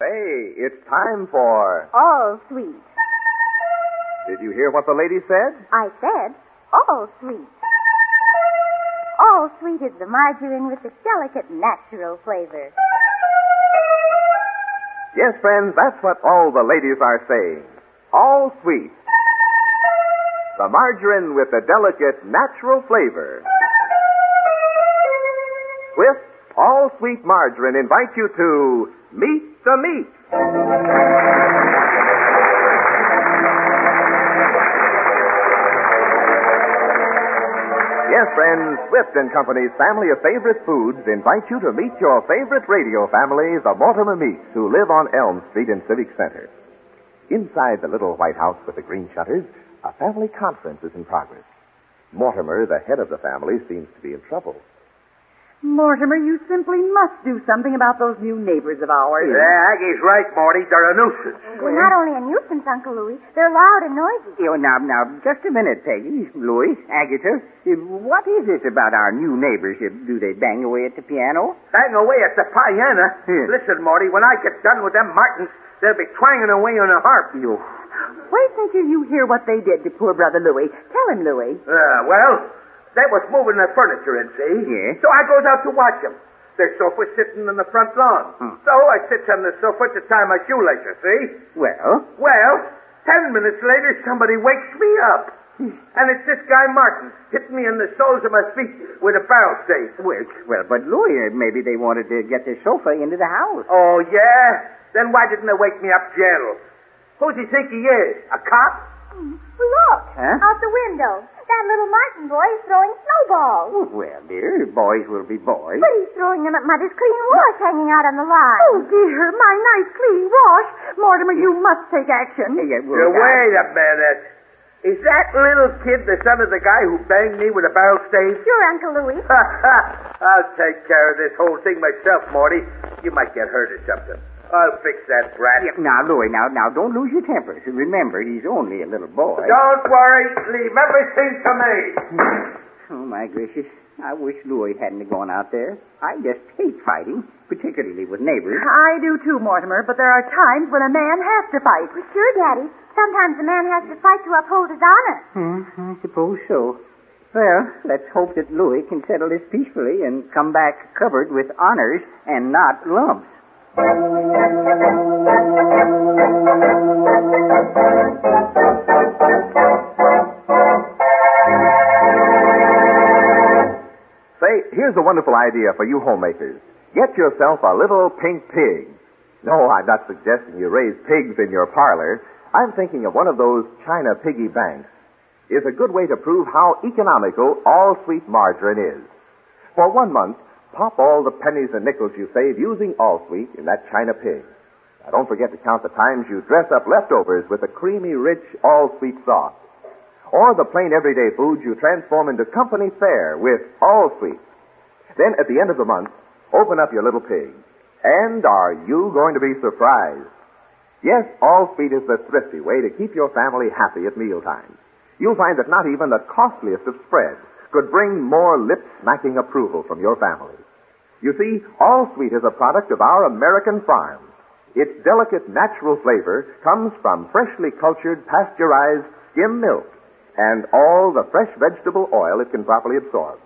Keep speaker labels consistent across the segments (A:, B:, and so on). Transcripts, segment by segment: A: Hey, it's time for.
B: All sweet.
A: Did you hear what the lady said?
B: I said, all sweet. All sweet is the margarine with the delicate natural flavor.
A: Yes, friends, that's what all the ladies are saying. All sweet. The margarine with the delicate natural flavor. Swift All Sweet Margarine invites you to meet the meat. Yes, friends, Swift and Company's family of favorite foods invite you to meet your favorite radio family, the Mortimer Meats, who live on Elm Street in Civic Center. Inside the little white house with the green shutters, a family conference is in progress. Mortimer, the head of the family, seems to be in trouble.
C: Mortimer, you simply must do something about those new neighbors of ours.
A: Uh, Aggie's right, Marty. They're a nuisance.
B: They're not only a nuisance, Uncle Louis, they're loud and noisy.
D: You now, now, just a minute, Peggy, Louis, Agatha. Uh, What is it about our new neighbors? Uh, Do they bang away at the piano?
A: Hang away at the piano. Listen, Marty, when I get done with them Martins, they'll be twanging away on a harp. You.
C: Wait until you hear what they did to poor brother Louis. Tell him, Louis.
A: Uh, well, they was moving their furniture in, see?
D: Yeah.
A: So I goes out to watch them. Their sofa sitting on the front lawn. So I sits on the sofa to tie my shoelaces, see?
D: Well,
A: Well, ten minutes later, somebody wakes me up. And it's this guy Martin hit me in the soles of my feet with a barrel stave.
D: well, well, but Louis, uh, maybe they wanted to get their sofa into the house.
A: Oh, yeah? Then why didn't they wake me up, Gerald? Who's he think he is? A cop?
B: Mm, Look!
D: Huh?
B: Out the window. That little Martin boy is throwing snowballs.
D: Well, dear, boys will be boys.
B: But he's throwing them at Mother's clean wash hanging out on the line.
C: Oh, dear, my nice clean wash. Mortimer, you must take action.
D: Yeah, well,
A: Now,
D: I-
A: wait a minute. Is that little kid the son of the guy who banged me with a barrel stave?
B: Sure, Uncle Louis.
A: I'll take care of this whole thing myself, Morty. You might get hurt or something. I'll fix that brat.
D: Yeah, now, Louis, now, now, don't lose your temper. Remember, he's only a little boy.
A: Don't worry. Leave everything to me.
D: Oh, my gracious. I wish Louis hadn't gone out there. I just hate fighting, particularly with neighbors.
C: I do too, Mortimer, but there are times when a man has to fight.
B: Well, sure, Daddy. Sometimes a man has to fight to uphold his honor.
D: Hmm, I suppose so. Well, let's hope that Louis can settle this peacefully and come back covered with honors and not lumps.
A: Say, here's a wonderful idea for you homemakers. Get yourself a little pink pig. No, I'm not suggesting you raise pigs in your parlor. I'm thinking of one of those China piggy banks. Is a good way to prove how economical all sweet margarine is. For one month, pop all the pennies and nickels you save using all sweet in that China pig. Now don't forget to count the times you dress up leftovers with a creamy, rich, all sweet sauce. Or the plain everyday food you transform into company fare with all sweet. Then at the end of the month, open up your little pig. And are you going to be surprised? Yes, all sweet is the thrifty way to keep your family happy at mealtime. You'll find that not even the costliest of spreads could bring more lip-smacking approval from your family. You see, All Sweet is a product of our American farms. Its delicate natural flavor comes from freshly cultured pasteurized skim milk and all the fresh vegetable oil it can properly absorb.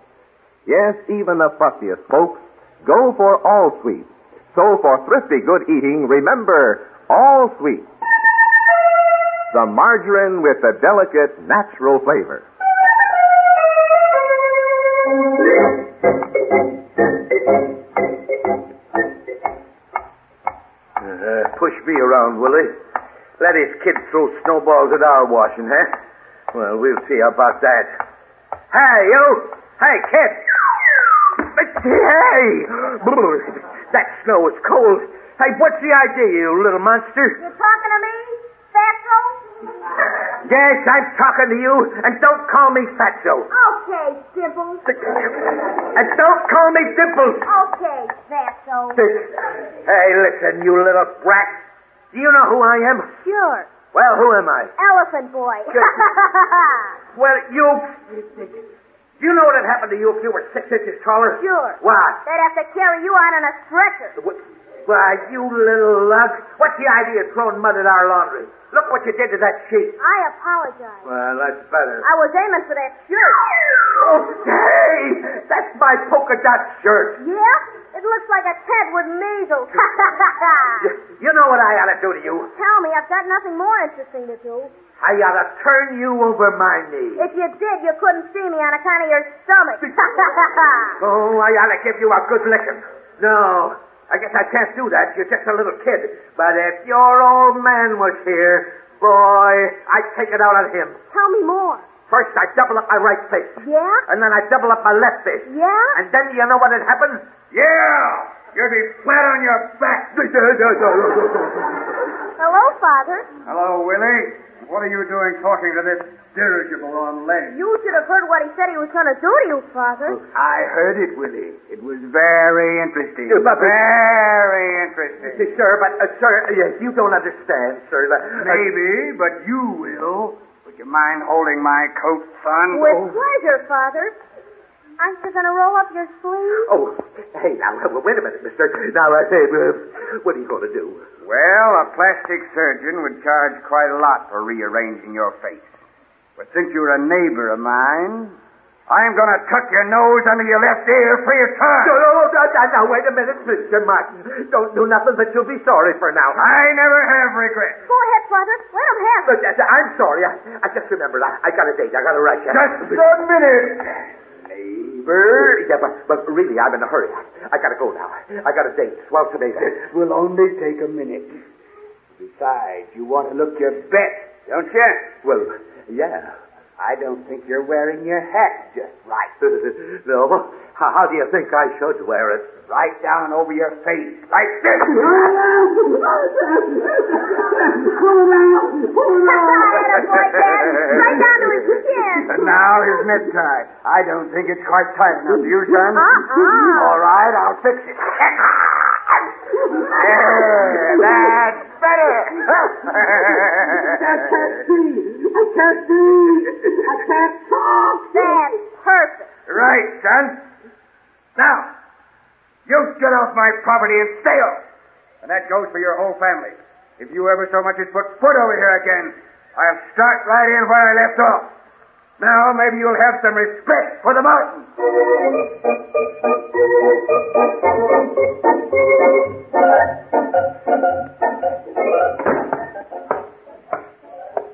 A: Yes, even the fussiest folks, go for All Sweet. So for thrifty good eating, remember All Sweet. The margarine with the delicate natural flavor.
E: Uh, push me around, Willie. Let his kid throw snowballs at our washing, huh? Well, we'll see about that. Hey, you! Hey, kid! Hey! That snow is cold. Hey, what's the idea, you little monster?
B: You talking to me, Fatso?
E: Yes, I'm talking to you, and don't call me Fatso.
B: Okay, Dimples.
E: And don't call me Dimples.
B: Okay, Fatso.
E: Hey, listen, you little brat. Do you know who I am?
B: Sure.
E: Well, who am I?
B: Elephant boy.
E: Well, you. Do you know what would happen to you if you were six inches taller?
B: sure.
E: What?
B: They'd have to carry you out on a stretcher.
E: What- Why, you little lug. What's the idea of throwing mud at our laundry? Look what you did to that sheep.
B: I apologize.
E: Well, that's better.
B: I was aiming for that shirt.
E: Oh, hey! That's my polka dot shirt.
B: Yeah? It looks like a tent with measles.
E: You, you know what I ought to do to you?
B: Tell me, I've got nothing more interesting to do.
E: I ought to turn you over my knee.
B: If you did, you couldn't see me on account of your stomach.
E: Oh, I ought to give you a good licking. No, I guess I can't do that. You're just a little kid. But if your old man was here, boy, I'd take it out on him.
B: Tell me more.
E: First, I double up my right fist,
B: Yeah?
E: and then I double up my left fist.
B: Yeah?
E: And then you know what had happened? Yeah! You'd be flat on your back.
B: Hello, Father.
F: Hello, Willie. What are you doing talking to this dirigible on legs?
B: You should have heard what he said he was going to do to you, Father.
F: I heard it, Willie. It was very interesting.
E: Yeah, but-
F: Very interesting.
E: sir, but, uh, sir, yes, you don't understand, sir. The, uh,
F: Maybe, but you will. Would you mind holding my coat,
D: Oh.
F: son? Oh,
B: With pleasure, Father. Aren't you going to roll up your sleeve?
E: Oh, hey, now, wait a minute, mister. Now, uh, hey, uh, what are you going to do?
F: Well, a plastic surgeon would charge quite a lot for rearranging your face. But since you're a neighbor of mine, I'm going to tuck your nose under your left ear free of charge.
E: No, no, no, no, no, wait a minute, Mr. Martin. Don't do nothing that you'll be sorry for now.
F: I never have regrets.
B: Go ahead, Father. Let him have it.
E: But, uh, I'm sorry. I, I just remembered. I, I got a date. I got a rush.
F: Just a minute. Neighbor.
E: Yeah, but, but really, I'm in a hurry. I, I gotta go now. I got a date. Swell tomato.
F: will only take a minute. Besides, you want to look your best, don't you?
E: Well,
F: yeah. I don't think you're wearing your hat just right.
E: no. How, how do you think I should wear it?
F: Right down over your face, like this.
B: Attaboy, Dad. Right down to his chin.
F: And now his necktie. I don't think it's quite tight enough. You done?
B: Uh-uh.
F: All right, I'll fix it. there, that's better.
B: That's perfect.
F: Right, son. Now, you get off my property and stay off. And that goes for your whole family. If you ever so much as put foot over here again, I'll start right in where I left off. Now, maybe you'll have some respect for the mountain.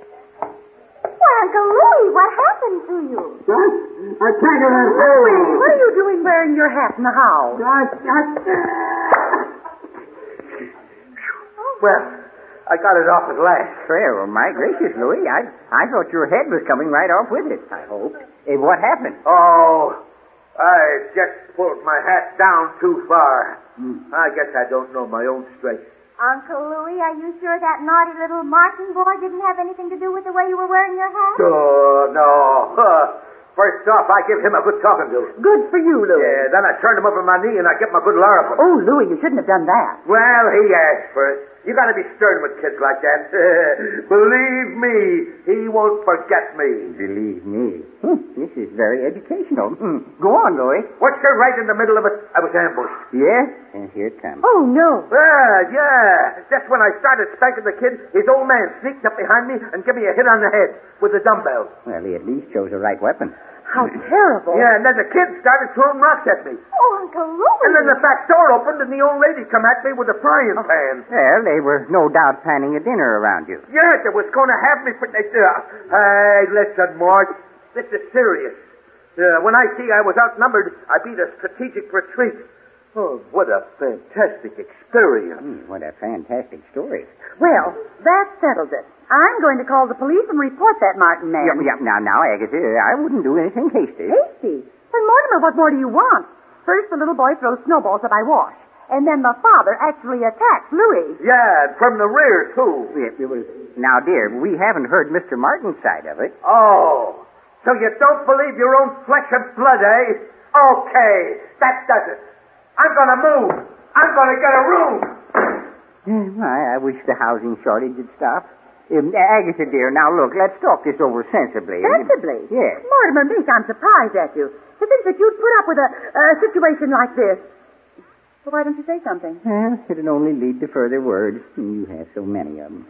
B: Well, Uncle Louie, what happened to you?
D: I can't get out of
C: What are you doing wearing your hat in the house?
E: Well, I got it off at last.
D: Well, my gracious, Louis, I, I thought your head was coming right off with it, I hope. Eh, what happened?
E: Oh, I just pulled my hat down too far.
F: Hmm.
E: I guess I don't know my own strength.
B: Uncle Louie, are you sure that naughty little Martin boy didn't have anything to do with the way you were wearing your hat?
E: Oh, no. Huh. First off, I give him a good talking to.
C: Good for you, Louis.
E: Yeah, then I turn him over my knee and I get my good larrup.
C: Oh, Louis, you shouldn't have done that.
E: Well, he asked for it. You gotta be stern with kids like that. Believe me, he won't forget me.
D: Believe me, hmm, this is very educational. Hmm. Go on, Louis.
E: What's your right in the middle of it? I was ambushed.
D: Yes? And here it comes.
C: Oh, no.
E: Yeah, yeah. Just when I started spanking the kid, his old man sneaked up behind me and gave me a hit on the head with a dumbbell.
D: Well, he at least chose the right weapon.
C: How terrible.
E: Yeah, and then the kid started throwing rocks at me.
B: Oh, Uncle Louis.
E: And then the back door opened and the old lady come at me with a frying pan.
D: Well, they were no doubt planning a dinner around you.
E: Yeah, they was going to have me for... Uh, hey, listen, Marge. This is serious. Uh, when I see I was outnumbered, I beat a strategic retreat. Oh, what a fantastic experience.
D: Hmm, what a fantastic story.
C: Well, that settles it. I'm going to call the police and report that Martin man.
D: Yep, yep. Now, now, Agatha, I wouldn't do anything hasty.
C: Hasty. Then, Mortimer, what more do you want? First, the little boy throws snowballs at my wash, and then the father actually attacks Louis.
E: Yeah, and from the rear, too.
D: It, it was, now, dear, we haven't heard Mr. Martin's side of it.
E: Oh, so you don't believe your own flesh and blood, eh? Okay, that does it. I'm going to move. I'm going to get a room.
D: Hmm, I, I wish the housing shortage had stopped. Um, Agatha, dear, now look, let's talk this over sensibly.
C: Sensibly.
D: Yes.
C: Mortimer, Mink, I'm surprised at you. To think that you'd put up with a, a situation like this. Well, why don't you say something?
D: Well, it'd only lead to further words, and you have so many of them.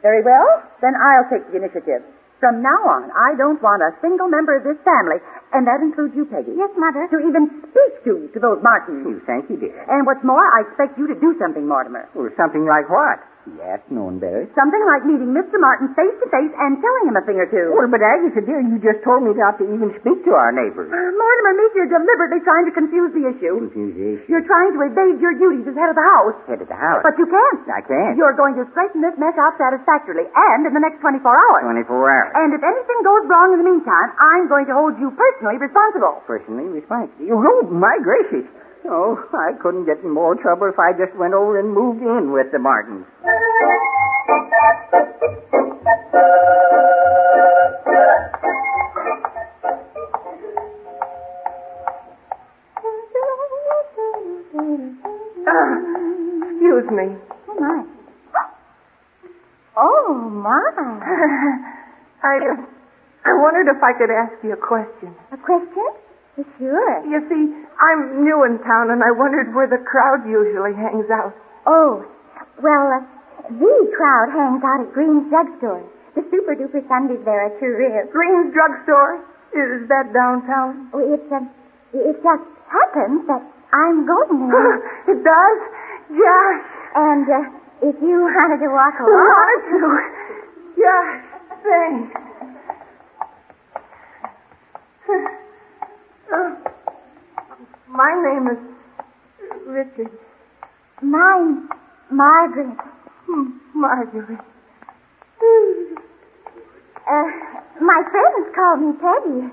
C: Very well. Then I'll take the initiative. From now on, I don't want a single member of this family, and that includes you, Peggy.
B: Yes, Mother.
C: To even speak to, to those Martins.
D: You thank you, dear.
C: And what's more, I expect you to do something, Mortimer.
D: Or something like what? Yes, no one better.
C: Something like meeting Mr. Martin face to face and telling him a thing or two.
D: Well, but Agatha, dear, you just told me not to even speak to our neighbors.
C: Mortimer, Meek, you're deliberately trying to confuse the issue.
D: Confused
C: You're trying to evade your duties as head of the house,
D: head of the house.
C: but you can't.
D: I can't.
C: You're going to straighten this mess out satisfactorily and in the next 24 hours.
D: 24 hours.
C: And if anything goes wrong in the meantime, I'm going to hold you personally responsible.
D: Personally responsible. Oh, my gracious. Oh, I couldn't get in more trouble if I just went over and moved in with the Martins.
G: Excuse me.
B: Oh, my. Oh, my.
G: I I wondered if I could ask you a question.
B: A question? Sure.
G: You see, I'm new in town, and I wondered where the crowd usually hangs out.
B: Oh, well, uh, the crowd hangs out at Green's Drugstore. The super duper Sundays there are terrific.
G: Green's Drugstore is that downtown?
B: Oh, it's, um, it just happens that I'm going there.
G: it does. Gosh,
B: and uh, if you wanted to walk
G: I
B: along,
G: wanted to. Gosh, thanks. Uh, my name is Richard.
B: mine, Margaret.
G: Hmm, Marjorie.
B: Uh, my friends call me Peggy.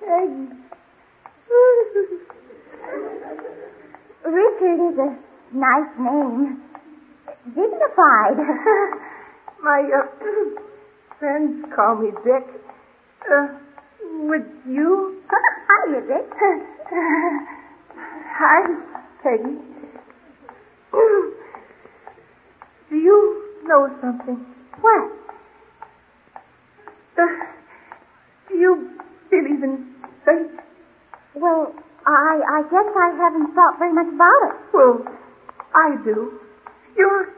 B: Peggy. Richard is a nice name. Dignified.
G: My uh, friends call me Dick. Uh, would you?
B: Hiya, Dick.
G: Hi, Peggy. Do you know something?
B: What?
G: Uh, do you believe in fate?
B: Well, I, I guess I haven't thought very much about it.
G: Well, I do. You're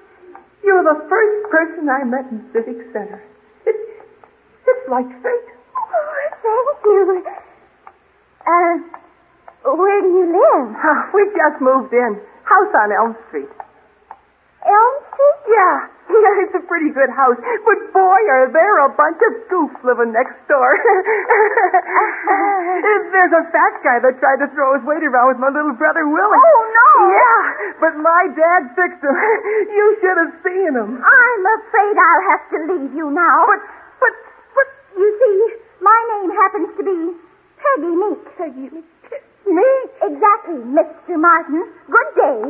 G: you're the first person I met in Civic Center. It, it's like fate.
B: Oh, thank you. Uh, where do you live?
G: Ah, we just moved in. House on Elm Street.
B: Elm Street?
G: Yeah, yeah, it's a pretty good house. But boy, are there a bunch of goofs living next door. There's a fat guy that tried to throw his weight around with my little brother Willie.
B: Oh, no.
G: Yeah, but my dad fixed him. you should have seen him.
B: I'm afraid I'll have to leave you now.
G: But, but, but,
B: You see, my name happens to be Peggy Meek. Peggy Meek? Exactly, Mr. Martin. Good day.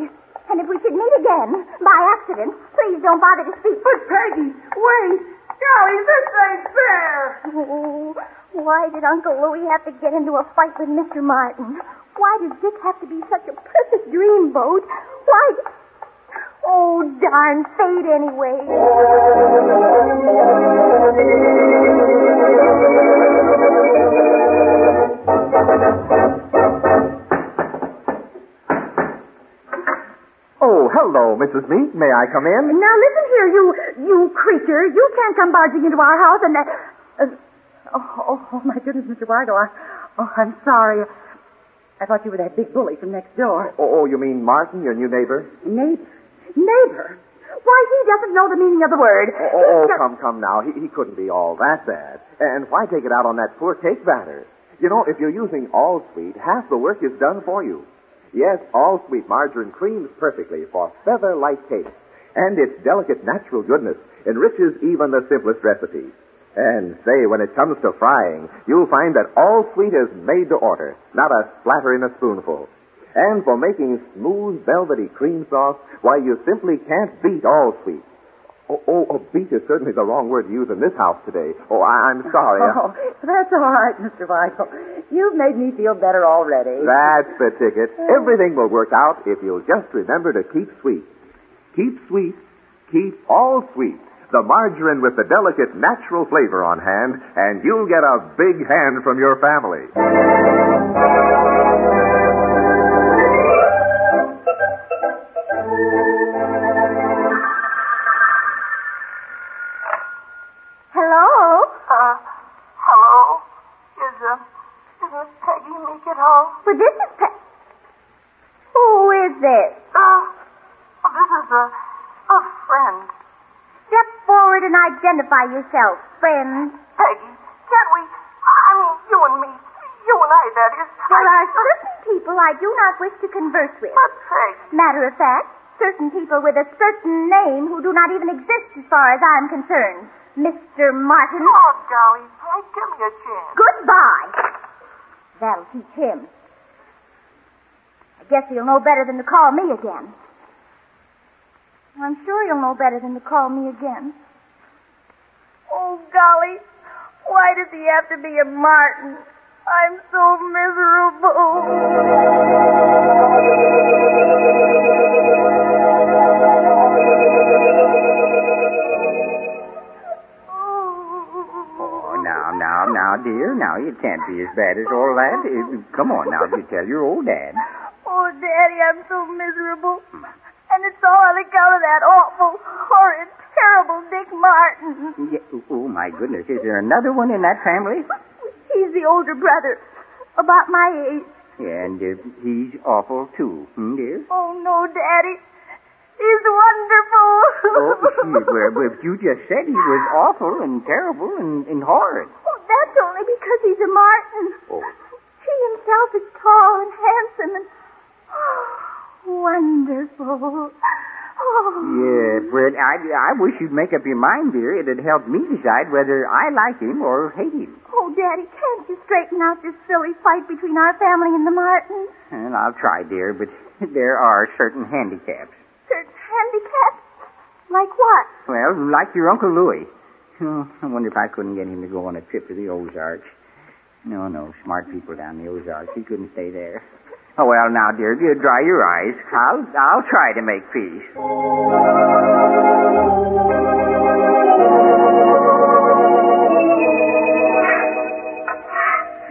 B: And if we should meet again, by accident, please don't bother to speak.
G: but Peggy, wait. Golly, this ain't fair.
B: Oh, why did Uncle Louis have to get into a fight with Mr. Martin? Why did Dick have to be such a perfect dreamboat? Why? Oh, darn fate anyway.
A: Oh, hello, Mrs. Meek. May I come in?
C: Now listen here, you you creature. You uh, can't come barging into our house and. Uh, oh, oh, oh, my goodness, Mr. Wargo. I, Oh, I'm sorry. I thought you were that big bully from next door.
A: Oh, oh, you mean Martin, your new neighbor?
C: Neighbor. Neighbor? Why, he doesn't know the meaning of the word.
A: Oh, oh, oh come, come now. He, he couldn't be all that bad. And why take it out on that poor cake batter? You know, if you're using Allsweet, half the work is done for you. Yes, Allsweet margarine creams perfectly for feather-light cake. And its delicate natural goodness enriches even the simplest recipes. And say, when it comes to frying, you'll find that Allsweet is made to order, not a splatter in a spoonful. And for making smooth, velvety cream sauce, why, you simply can't beat Allsweet. Oh, oh, oh, beat is certainly the wrong word to use in this house today. Oh, I, I'm sorry.
C: Oh, that's all right, Mr. Weigel. You've made me feel better already.
A: That's the ticket. Everything will work out if you'll just remember to keep sweet. Keep sweet. Keep all sweet. The margarine with the delicate natural flavor on hand, and you'll get a big hand from your family.
E: Uh,
G: Uh,
B: Hello?
G: Uh, hello? Is, um, is Miss Peggy Meek at home?
B: Well, this is Pe- Who is this?
G: Uh, well, this is a, a friend.
B: Step forward and identify yourself, friend.
G: Peggy, can't we, I mean, you and me, you and I, that is.
B: There are certain people I do not wish to converse with.
G: But Peg,
B: Matter of fact, certain people with a certain name who do not even exist as far as I'm concerned. Mr. Martin.
G: oh, Dolly, Peg, give me a chance.
B: Goodbye. That'll teach him. I guess he'll know better than to call me again. I'm sure he'll know better than to call me again. Oh, golly. Why does he have to be a Martin? I'm so miserable.
D: Oh, now, now, now, dear. Now, you can't be as bad as all that. Eh, Come on now, you tell your old dad.
B: Oh, Daddy, I'm so miserable. And it's all on account of that awful, horrid, terrible Dick Martin.
D: Yeah, oh, my goodness. Is there another one in that family?
B: He's the older brother, about my age.
D: And uh, he's awful, too, hmm, dear?
B: Oh, no, Daddy. He's wonderful.
D: Oh, gee, well, well, you just said he was awful and terrible and, and horrid.
B: Oh, that's only because he's a Martin.
D: Oh.
B: He himself is tall and handsome and oh, wonderful. Oh,
D: Yeah, well, I, I wish you'd make up your mind, dear. It'd help me decide whether I like him or hate him.
B: oh, Daddy, can't you straighten out this silly fight between our family and the Martins?
D: And I'll try, dear, but there are certain handicaps.
B: Certain handicaps? Like what?
D: Well, like your Uncle Louis. Oh, I wonder if I couldn't get him to go on a trip to the Ozarks. No, no, smart people down the Ozarks. He couldn't stay there. Oh, well, now, dear, you dry your eyes. I'll, I'll try to make peace.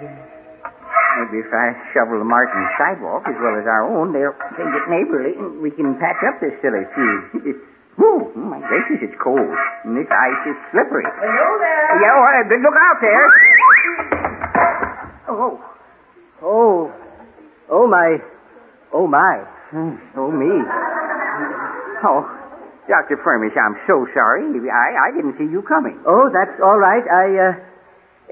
D: Maybe if I shovel the Martin's sidewalk as well as our own, they'll take it neighborly, and we can patch up this silly feud. Whew, my gracious, it's cold, and this ice is slippery. Hello there. Yeah, well, but look out there. Oh,
H: Oh, oh my, oh my.
D: hmm, oh me. Oh, Dr. Furmish, I'm so sorry. I, I didn't see you coming.
H: Oh, that's all right. I uh,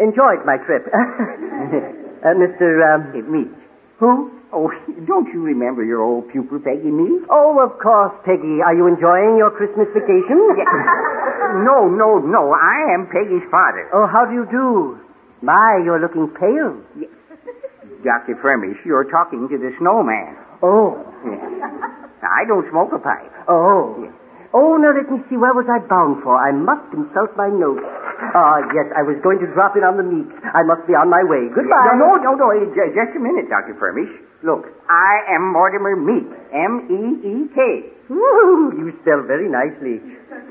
H: enjoyed my trip. uh, Mr. Um,
D: It me. Who? Oh, don't you remember your old pupil, Peggy Mead?
H: oh, of course, Peggy. Are you enjoying your Christmas vacation?
D: No, no, no. I am Peggy's father.
H: Oh, how do you do? My, you're looking pale.
D: Dr. Furmish, you're talking to the snowman.
H: Oh,
D: I don't smoke a pipe.
H: oh. Oh, now let me see. Where was I bound for? I must consult my notes. Ah, yes, I was going to drop in on the meat. I must be on my way. Goodbye.
D: No, no, no, no. ju- Just a minute, Dr. Furmish. Look, I am Mortimer Meek. M-E-E-K.
H: Ooh, E you spell very nicely.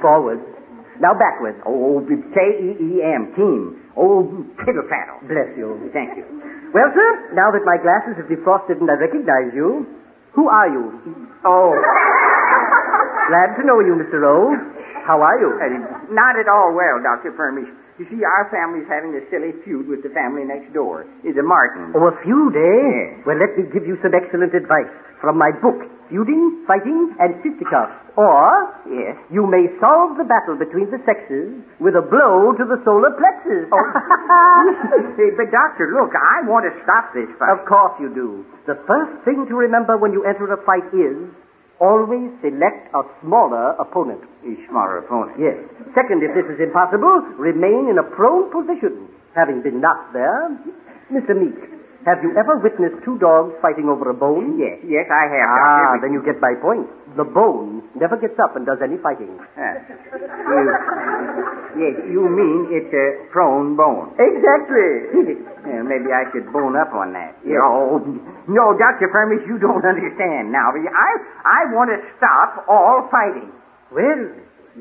H: Forward. Now backwards.
D: Oh,
H: E,
D: K-E-E-M, team. Oh, piddle paddle.
H: Bless you.
D: Thank you.
H: Well, sir, now that my glasses have defrosted and I recognize you, who are you?
D: Oh,
H: Glad to know you, Mr. O. How are you?
D: Uh, Not at all well, Dr. Firmish. You see, our family's having a silly feud with the family next door, the Martins.
H: Oh, a feud, eh? Well, let me give you some excellent advice from my book, Feuding, Fighting, and Fisticuffs. Or,
D: Yes.
H: you may solve the battle between the sexes with a blow to the solar plexus.
D: Hey, but, Doctor, look, I want to stop this fight.
H: Of course you do. The first thing to remember when you enter a fight is always select a smaller opponent.
D: A smaller opponent.
H: Yes. Second, if this is impossible, remain in a prone position, having been knocked there. Mr. Meek, have you ever witnessed two dogs fighting over a bone?
D: Yes, yes, I have, Doctor.
H: Ah,
D: but-
H: then you get my point. The bone never gets up and does any fighting.
D: Ah. You, yes, you mean it's a prone bone.
H: Exactly.
D: Yeah, maybe I should bone up on that. No, no, Dr. Furmish, you don't understand now. I, I want to stop all fighting.
H: Well,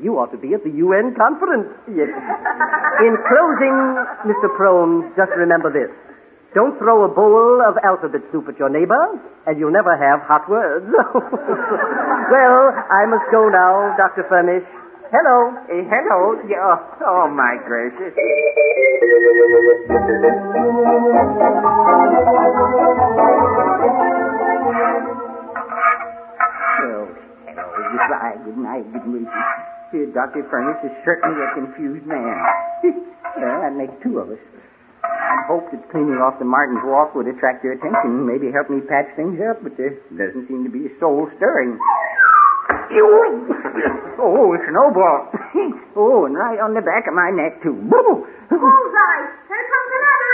H: you ought to be at the UN conference. Yes. In closing, Mr. Prone, just remember this. Don't throw a bowl of alphabet soup at your neighbor, and you'll never have hot words. well, I must go now, Dr. Furnish. Hello.
D: Eh, hello. Yeah, oh, my gracious. Oh, hello. Goodbye. Good night. Good meeting. Here, Dr. Furnace is certainly a confused man. well, that makes two of us. I hope that cleaning off the Martin's Walk would attract their attention and maybe help me patch things up, but there doesn't seem to be a soul stirring. Oh, snowball. oh, and right on the back of my neck, too. Boo!
B: Bullseye! Here comes another!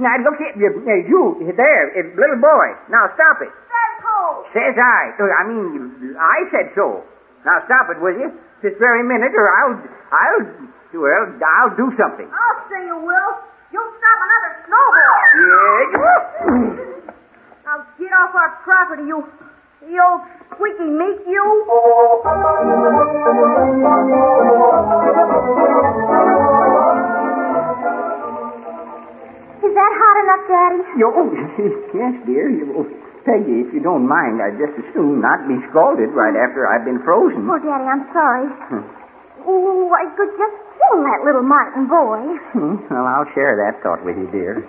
D: now, look at you, uh, you there, uh, little boy. Now, stop it.
B: Said so!
D: Says I. Uh, I mean, I said so. Now, stop it, will you? This very minute, or I'll, I'll, well, I'll do something.
B: I'll say you will. You'll stop another snowball.
D: Yeah.
B: Now get off our property, you, you old squeaky meat, you. Is that hot enough, Daddy?
D: Yo, oh, yes, dear. You, Peggy, if you don't mind, I'd just as soon not be scalded right after I've been frozen.
B: Oh, Daddy, I'm sorry.
D: Hmm.
B: Oh, I could just sing that little Martin boy.
D: Hmm, well, I'll share that thought with you, dear.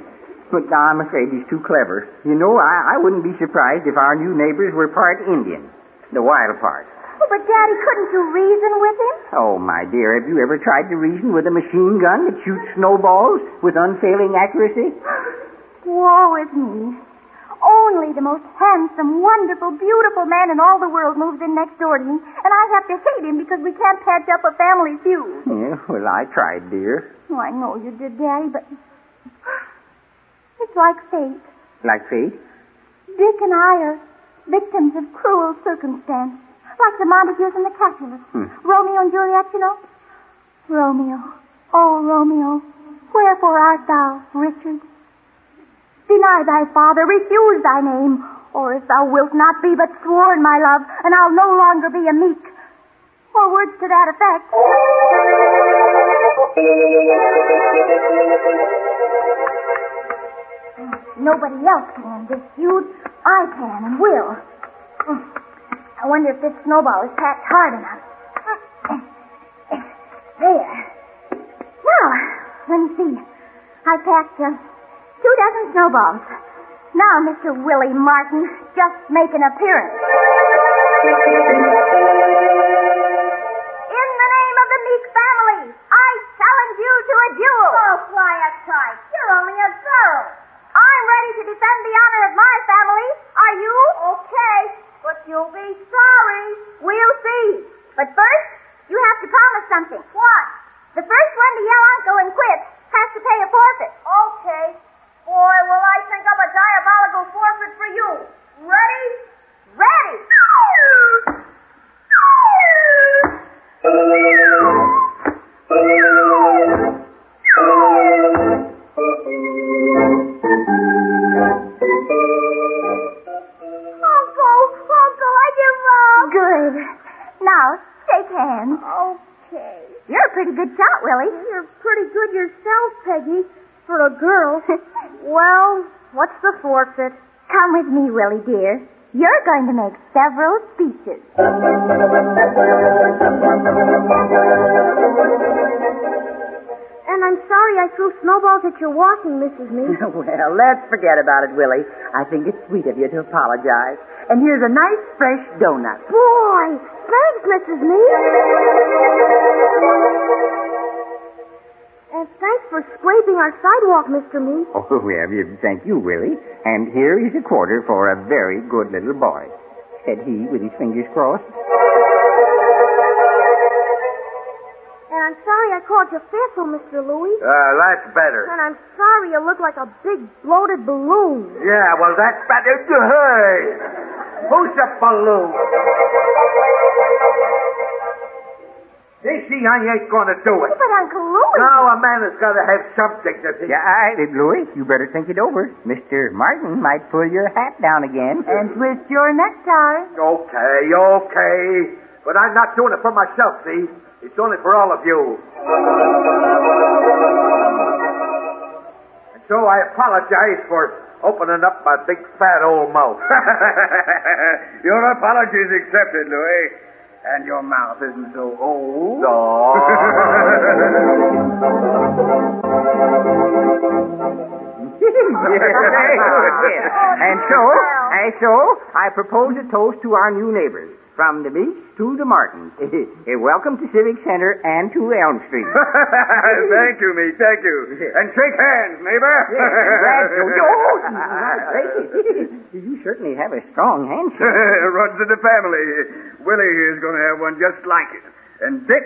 D: But I'm afraid he's too clever. You know, I, I wouldn't be surprised if our new neighbors were part Indian, the wild part.
B: Oh, but Daddy, couldn't you reason with him?
D: Oh, my dear, have you ever tried to reason with a machine gun that shoots snowballs with unfailing accuracy?
B: Woe is me. Only the most handsome, wonderful, beautiful man in all the world moves in next door to me, and I have to hate him because we can't patch up a family feud.
D: Yeah, well, I tried, dear.
B: Oh, I know you did, Daddy, but it's like fate.
D: Like fate?
B: Dick and I are victims of cruel circumstance, like the Montagues and the Capulets.
D: Hmm.
B: Romeo and Juliet, you know? Romeo, oh, Romeo, wherefore art thou, Richard? Deny thy father, refuse thy name, or if thou wilt not be but sworn, my love, and I'll no longer be a meek. Or words to that effect. Nobody else can this huge. I can and will. I wonder if this snowball is packed hard enough. There. Now, let me see. I packed uh, two dozen snowballs. Now, Mr. Willie Martin, just make an appearance. In the name of the Meek family, I challenge you to a duel. Oh, quiet, Trice. You're only a girl. I'm ready to defend the honor of my family. Are you? Okay, but you'll be sorry. We'll see. But first, you have to promise something. What? The first one to yell uncle and quit has to pay a forfeit. Okay. Boy, will I think up a diabolical forfeit for you. Ready? Ready. Uncle, Uncle, I give up. Good. Now, shake hands. Okay. You're a pretty good shot, Willie. You're pretty good yourself, Peggy, for a girl. well, what's the forfeit? Come with me, Willie, dear. You're going to make several speeches.
I: And I'm sorry I threw snowballs at your walking, Mrs. Meek.
C: well, let's forget about it, Willie. I think it's sweet of you to apologize. And here's a nice fresh donut.
I: Boy, thanks, Mrs. Meek. And thanks for scraping our sidewalk, Mr. Meek.
D: Oh, well, you- thank you, Willie. And here is a quarter for a very good little boy, said he with his fingers crossed.
I: And I'm sorry I called you fearful, Mr. Louis.
E: Uh, that's better.
I: And I'm sorry you look like a big bloated balloon.
E: Yeah, well, that's better. Hey! Who's the balloon? This young ain't gonna do it.
I: But Uncle Louis.
E: Now a man has gotta have some dignity.
D: Yeah, I, Louis, you better think it over. Mr. Martin might pull your hat down again.
C: And twist your necktie.
E: Okay, okay. But I'm not doing it for myself, see? It's only for all of you. And so I apologize for opening up my big fat old mouth.
F: Your apology is accepted, Louis. And your mouth isn't so old.
D: Yes. And so, and so, I propose a toast to our new neighbors. From the beach to the Martins. Eh, Welcome to Civic Center and to Elm Street.
F: thank you, me. Thank you. And shake hands, neighbor.
D: Yes, I'm glad you- Oh, gracious. you certainly have a strong handshake.
F: Runs in the family. Willie here's going to have one just like it. And Dick?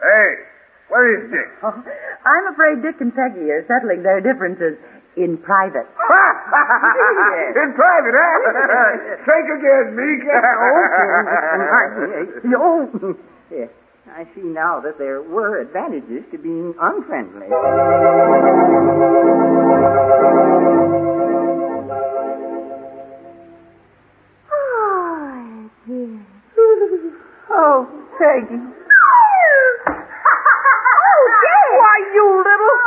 F: Hey, where is Dick?
C: I'm afraid Dick and Peggy are settling their differences in private.
F: in private, huh? Shake again, Meek.
D: Okay, Mr. Martin. Oh, yes. I see now that there were advantages to being unfriendly.
I: Oh, dear.
G: Oh,
I: oh,
G: Peggy.
I: dear. Oh,
G: Why, you little.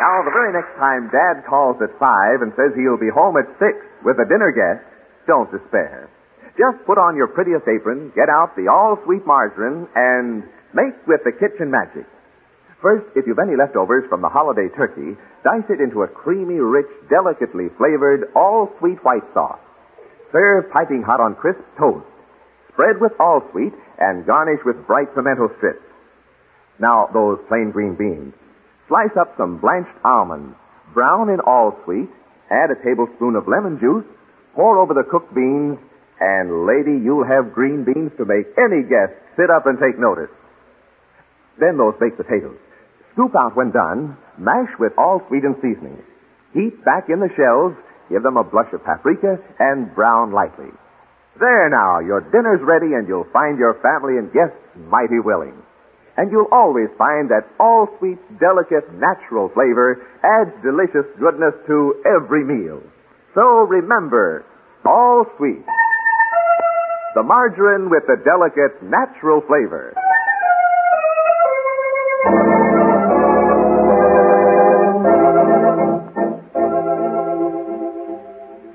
A: Now, the very next time Dad calls at 5 and says he'll be home at 6 with a dinner guest, don't despair. Just put on your prettiest apron, get out the all-sweet margarine, and make with the kitchen magic. First, if you've any leftovers from the holiday turkey, dice it into a creamy, rich, delicately flavored, all-sweet white sauce. Serve piping hot on crisp toast. Spread with all-sweet and garnish with bright pimento strips. Now, those plain green beans. Slice up some blanched almonds, brown in all sweet, add a tablespoon of lemon juice, pour over the cooked beans, and lady, you'll have green beans to make any guest sit up and take notice. Then those baked potatoes. Scoop out when done, mash with all sweet and seasoning. Heat back in the shells, give them a blush of paprika, and brown lightly. There now, your dinner's ready and you'll find your family and guests mighty willing. And you'll always find that all sweet, delicate, natural flavor adds delicious goodness to every meal. So remember, all sweet. The margarine with the delicate, natural flavor.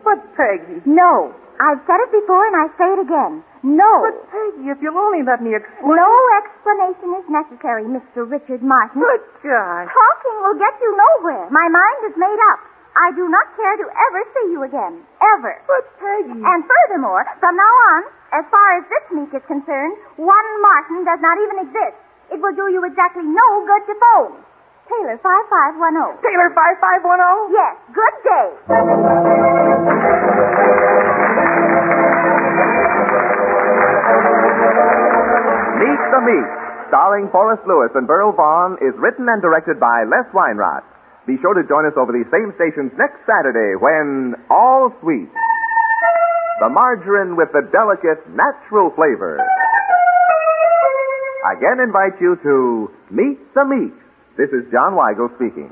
G: But, Peggy.
B: No. I've said it before and I say it again. No.
G: But, Peggy, if you'll only let me explain.
B: No explanation is necessary, Mr. Richard Martin.
G: Good God.
B: Talking will get you nowhere. My mind is made up. I do not care to ever see you again. Ever.
G: But, Peggy.
B: And furthermore, from now on, as far as this meek is concerned, one Martin does not even exist. It will do you exactly no good to phone. Taylor 5510.
G: Taylor 5510?
B: oh. Yes, good day.
A: Meet the Meek, starring Forrest Lewis and Burl Vaughn, is written and directed by Les Weinrod. Be sure to join us over these same stations next Saturday when All Sweet, the margarine with the delicate natural flavor, again invite you to Meet the Meek. This is John Weigel speaking.